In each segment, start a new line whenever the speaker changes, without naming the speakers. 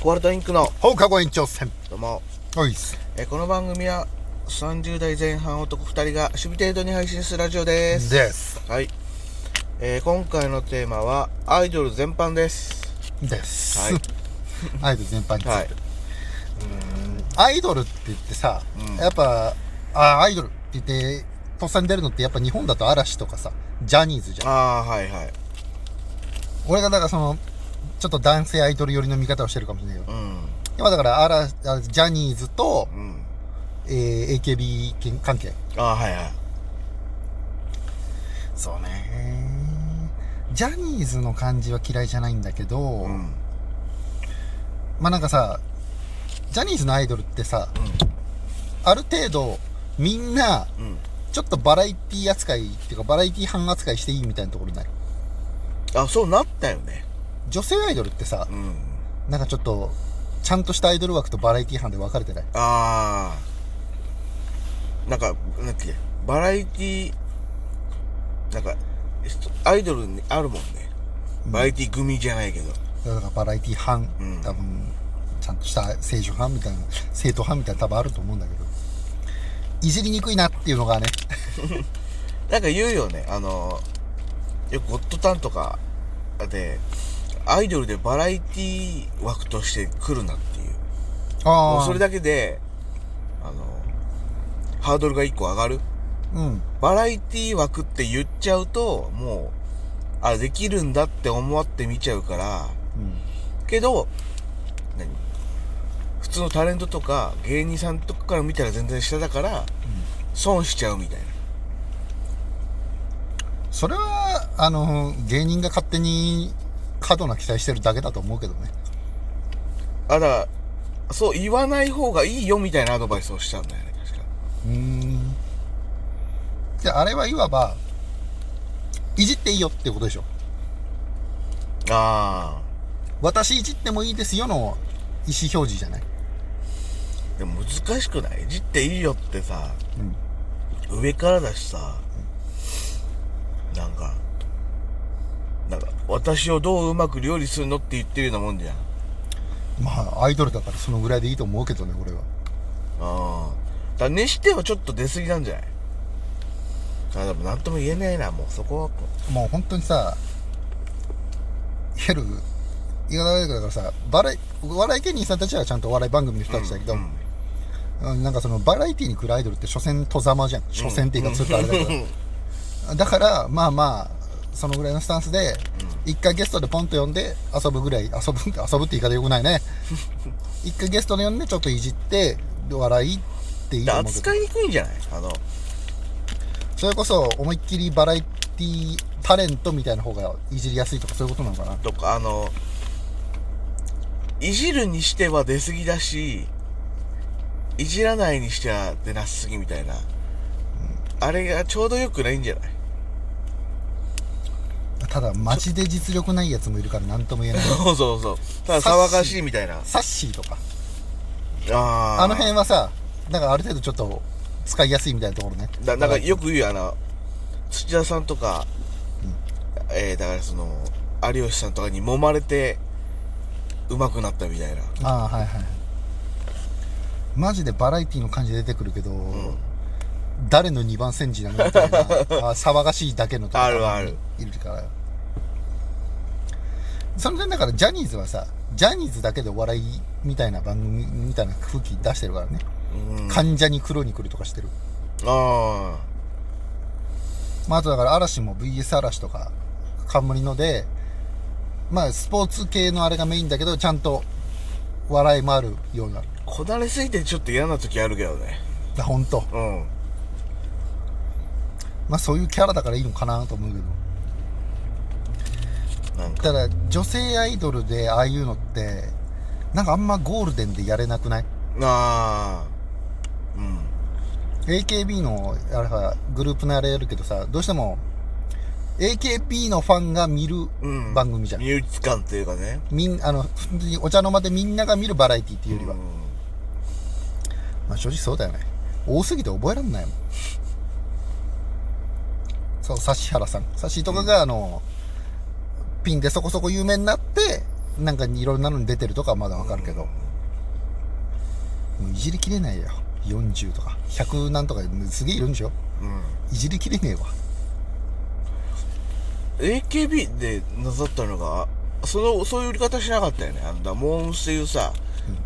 コバルトインクの
放課後延長戦
どうも、
おいっす
えーこの番組は30代前半男2人が趣味程度に配信するラジオです
です
はい、えー今回のテーマはアイドル全般です
です、
はい
アイドル全般について、
はいう
ーんアイドルって言ってさ、やっぱあアイドルって言ってとっさに出るのってやっぱ日本だと嵐とかさジャニーズじゃん
ああはいはい
俺がだからそのちょっと男性アイドル寄りの見方をしてるかもしれないけど
うん
今だから嵐あジャニーズと、
うん
えー AKB 系関係
ああはいはい
そうねジャニーズの感じは嫌いじゃないんだけど、
うん
まあなんかさジャニーズのアイドルってさ、ある程度みんな
うん
ちょっとバラエティ扱いっていうかバラエティ班扱いしていいみたいなところない
あそうなったよね
女性アイドルってさ
うん
なんかちょっとちゃんとしたアイドル枠とバラエティ班で分かれてない
ああなんかなんだっけバラエティなんかひとアイドルにあるもんねバラエティ組じゃないけど
だからバラエティ班、
うん
多分ちゃんとした政治班みたいな正統班みたいな多分あると思うんだけどいじりにくいなっていうのがね
なんか言うよねあのよく「ゴッドタン」とかでアイドルでバラエティ枠として来るなっていうも
あ
うそれだけであのハードルが1個上がる
うん
バラエティ枠って言っちゃうともうあできるんだって思って見ちゃうから
うん
けど何普通のタレントとか芸人さんとかから見たら全然下だから損しちゃうみたい
それはあの芸人が勝手に過度な期待してるだけだと思うけどね
なあだからそう言わない方がいいよみたいなアドバイスをしたんだよね確か
うーんじゃああれはいわばいじっていいよってことでしょ
あ
私いじってもいいですよの意思表示じゃない
あでも難しくないいじっていいよってさ、上からだしさ、なんかなんか私をどううまく料理するのって言ってるようなもんじゃん
まあアイドルだからそのぐらいでいいと思うけどね俺は
ああ。だからにしてはちょっと出過ぎなんじゃないあ、でもなんとも言えないな、もうそこはこ
もう本当にさヘル言い方悪いけどだからさバラエお笑い芸人さんたちはちゃんとお笑い番組の人たちだけど、
うん
うんなんかそのバラエティに来るアイドルって所詮とざまじゃん所詮っていうかちょっとあれだけど、だからまあまあそのぐらいのスタンスで一、回ゲストでポンと呼んで遊ぶぐらい遊ぶ遊ぶって言い方よくない ね一回ゲストで呼んでちょっといじって笑いっていい
で
と思うけど
扱いにくいんじゃないあの、
それこそ思いっきりバラエティタレントみたいな方がいじりやすいとかそういうことなのかな
とか、あの、いじるにしては出過ぎだし、いじらないにしては出なすすぎみたいな。あれがちょうどよくないんじゃない
ただ街で実力ないやつもいるから何とも言えない
そうそうそう。ただ騒がしいみたいな。
サッシーとか
あ
あの辺はさなんかある程度ちょっと使いやすいみたいなところね
だなんかよく言うよあの土田さんとか、えーだからその有吉さんとかに揉まれて上手くなったみたいな
ああはいはいはいマジでバラエティの感じで出てくるけど、誰の2番煎じなのみた いなあ騒がしいだけのとこ
あるある
いるからその点だからジャニーズはさジャニーズだけでお笑いみたいな番組みたいな空気出してるからね、
うんあ
患者に黒に来るとかしてる、
あ
まあ、あとだから嵐も VS 嵐とか冠のでまあスポーツ系のあれがメインだけどちゃんと笑いもあるような
こなれすぎてちょっと嫌な時あるけどね
あ本当
うん
まあそういうキャラだからいいのかなと思うけど
なんか
ただ女性アイドルでああいうのってなんかあんまゴールデンでやれなくない
ああうん
AKB のあれはグループのあれやるけどさどうしても AKB のファンが見る
うん
番組じゃん、
身内感というかね
みんあの本当にお茶の間でみんなが見るバラエティっていうよりは、
うん
まあ正直そうだよね多すぎて覚えらんないもんそう指原さん指とかがあの、ピンでそこそこ有名になってなんかいろんなのに出てるとかはまだわかるけど、もういじりきれないよ40とか100何とかすげえいるんでしょ
うん
いじりきれねえわ
AKB でなさったのがあそのそういう売り方しなかったよねあんなモーンスっていうさ、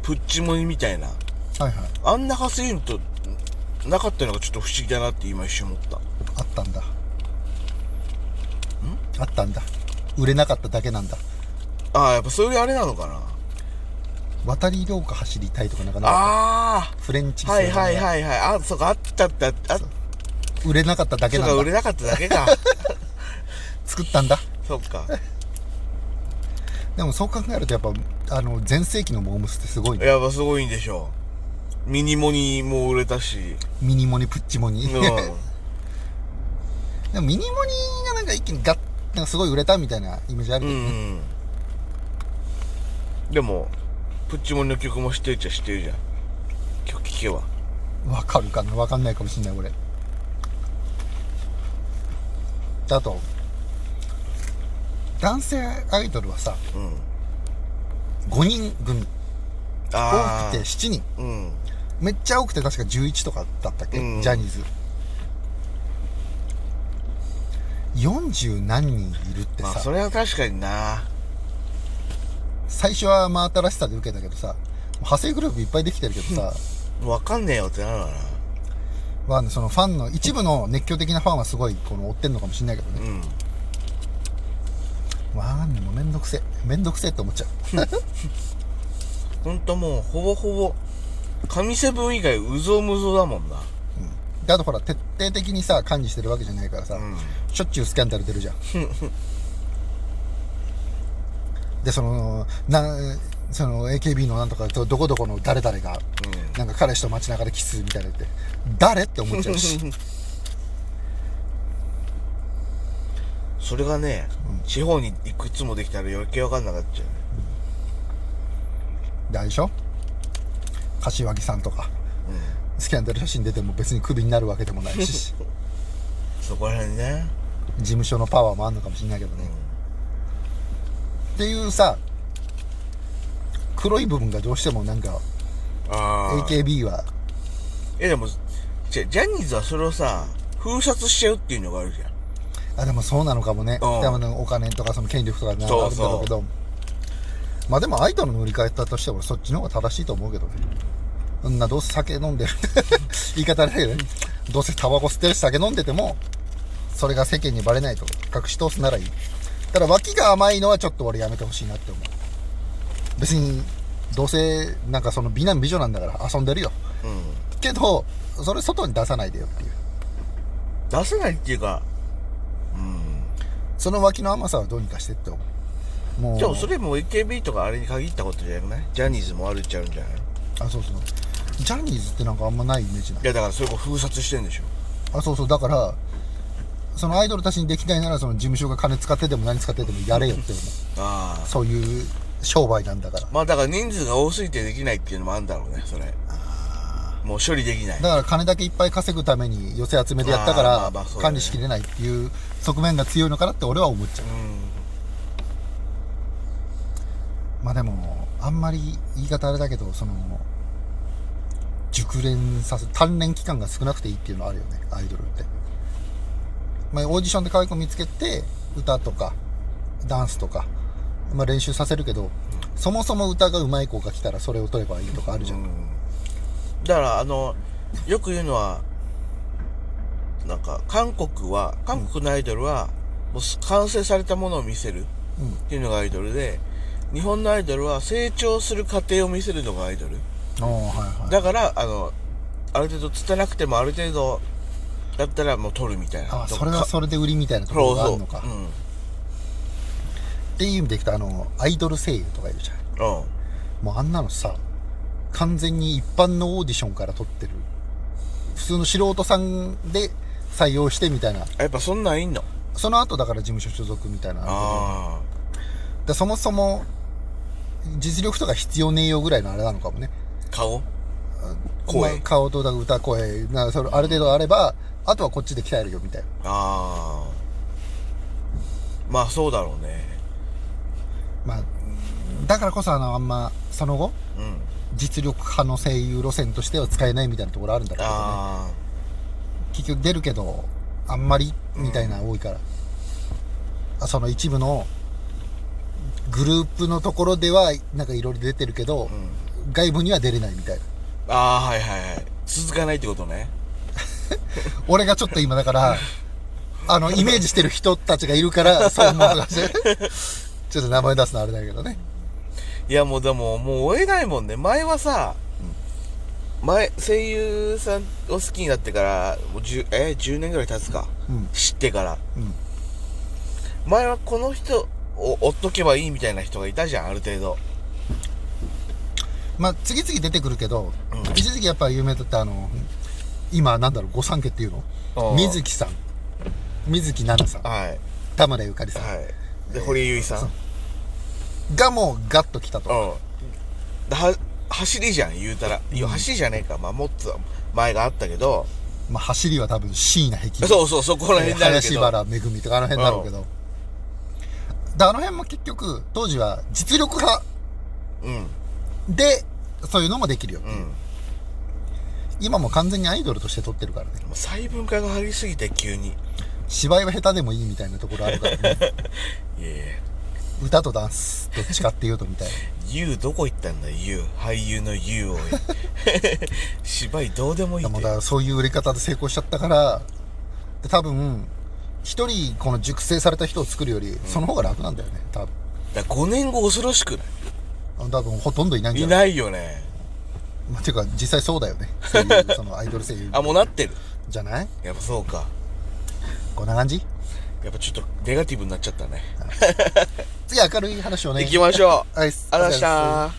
プッチモニみたいな
はいはい
あんな稼ぎのとなかったのがちょっと不思議だなって今一瞬思った
あったんだあったんだ売れなかっただけなんだ
ああやっぱそういうあれなのかな
渡り廊下走りたいとかなんかな
あ
フレンチ
あはい
製の
はいはいはいあそうかあったってあったあ
売れなかっただけ
そう
な
か売
ん
れ
だ
なかっただけ か
作ったんだ
そうか
でもそう考えるとやっぱあの全盛期のモームスってすごいね
やっぱすごいんでしょうミニモニも売れたし、
ミニモニプッチモニ、
うん
でもミニモニがなんか一気にガッなんかすごい売れたみたいなイメージある
う
けど、
んでもプッチモンの曲も知ってるっちゃ知ってるじゃん曲聴けば
わかるかなわかんないかもしんない俺だと男性アイドルはさ
うん
5人組多
ああ
くて7人
うん
めっちゃ多くて確か11とかだったっけ、
うん
ジャニーズ40何人いるって
まあ
さ、
それは確かにな
最初は真新しさで受けたけどさ派生グループいっぱいできてるけどさ、
分かんねえよってなるわな
はねそのファンの一部の熱狂的なファンはすごいこの追ってんのかもしれないけどね
うん
わあねもうめんどくせえめんどくせえって思っちゃう
ほんともうほぼほぼ神セブン以外うぞうむぞうだもんな
であとほら徹底的にさ管理してるわけじゃないからさ、
うん
しょっちゅうスキャンダル出るじゃんでそのなんその AKB のなんとかとどこどこの誰々が、なんか彼氏と街中でキスみたいなのって誰って思っちゃうし
それがね、地方にいくつもできたら余計分かんなくなっちゃうね
であれでしょ柏木さんとか、スキャンダル写真出ても別にクビになるわけでもないし
そこら辺ね
事務所のパワーもあんのかもしれないけどね、っていうさ黒い部分がどうしてもなんか
ああ
AKB は
えでもじゃジャニーズはそれをさ封殺しちゃうっていうのがあるじゃん
あでもそうなのかもね、
うん
多分ねお金とかその権力とかなんかあるんだろうけどまあでもアイドルの売り方としては俺そっちの方が正しいと思うけどねそんなどうせ酒飲んでる 言い方だけどねどうせタバコ吸ってるし酒飲んでてもそれが世間にバレないと隠し通すならいいただ脇が甘いのはちょっと俺やめてほしいなって思う別にどうせなんかその美男美女なんだから遊んでるよ
うん
けどそれ外に出さないでよっていう
出せないっていうかうん
その脇の甘さはどうにかしてって思うもう
じゃあそれも AKB とかあれに限ったことじゃないジャニーズもあるっちゃうんじゃないい
あそうそうジャニーズってなんかあんまないイメージない
やだからそれこそ封殺してんでしょ
あそうそうだからそのアイドルたちにできないならその事務所が金使ってでも何使ってでもやれよって思 う
ああ
そういう商売なんだから
まあだから人数が多すぎてできないっていうのもあるんだろうねそれもう処理できない
だから金だけいっぱい稼ぐために寄せ集めでやったか
あーまあ
ら
まあそうだね
管理しきれないっていう側面が強いのかなって俺は思っちゃう
うん
まあでもあんまり言い方あれだけどその熟練させ鍛錬期間が少なくていいっていうのはあるよねアイドルって、まあ、オーディションで可愛い子見つけて歌とかダンスとか、まあ、練習させるけどそもそも歌が上手い子が来たらそれを取ればいいとかあるじゃん、
だからあのよく言うのはなんか韓国は韓国のアイドルはもう完成されたものを見せるっていうのがアイドルで日本のアイドルは成長する過程を見せるのがアイドル
ああはいはい
だからあのある程度つたなくてもある程度だったらもう取るみたいな
あそれは
か
それで売りみたいなとこ
そ
ろ
う
があ
そう
るのか
うん
っていう意味でいくとあのアイドル声優とかいるじゃん
うん
もうあんなのさ完全に一般のオーディションから撮ってる普通の素人さんで採用してみたいな
やっぱそんなんいんの
その後だから事務所所属みたいなのあるけど
あ
でそもそも実力とか必要ねえよぐらいのあれなのかもね
あ顔声
まあ顔と歌声なそれある程度あればあとはこっちで鍛えるよみたいな
ああまあそうだろうね
まあだからこそあのあんまその後
うん
実力派の声優路線としては使えないみたいなところあるんだろうけどね
あ
結局出るけどあんまりみたいなの多いから、その一部のグループのところではなんかいろいろ出てるけど、外部には出れないみたいな
あああはいはいはい続かないってことね
俺がちょっと今だから、あの、イメージしてる人たちがいるから、そう思う話。 ちょっと名前出すのあれだけどね。
いやもうでももう追えないもんね前はさ、前声優さんを好きになってからもう 10, え10年ぐらい経つか、
うん
知ってから
うん。
前はこの人を追っとけばいいみたいな人がいたじゃんある程度
まあ、次々出てくるけど、
うん
一時期やっぱ有名だったあの、今なんだろう、御三家っていう
あ
の
あ
水木さん。水木奈々さん。
はい
田村ゆかりさ
はいで堀江由衣さん
ん。がもうガッと来たと。
うんでは走りじゃん言うたら、いや走りじゃねえかまあもっと前があったけど、
まあ、走りは多分椎名壁。
そうそうそこら辺だけ
林
ど、
原めぐみとかあの辺だろうけど。で、あの辺も結局、当時は実力派
うん
で、そういうのもできるよ。
うんも
今も完全にアイドルとして撮ってるからね
う細分化が張りすぎて急に
芝居は下手でもいいみたいなところあるからね
いやいや
歌とダンスどっちかっていうとみたいな
YOU どこ行ったんだ YOU 俳優の YOU を芝居どうでもいいっ
で
て
もだからそういう売り方で成功しちゃったからで多分一人この熟成された人を作るより、その方が楽なんだよね多
だ5年後恐ろしくな
分多分ほとんどいないん
い
じ
い
ゃない
ないよね
まあ、ていうか実際そうだよねそういうそのアイドル声優
あもうなってる
じゃない
やっぱそうか
こんな感じ
やっぱちょっとネガティブになっちゃったね
次明るい話をね
行きましょうあ
はい
りがとうございまし
お疲れ様で
た
す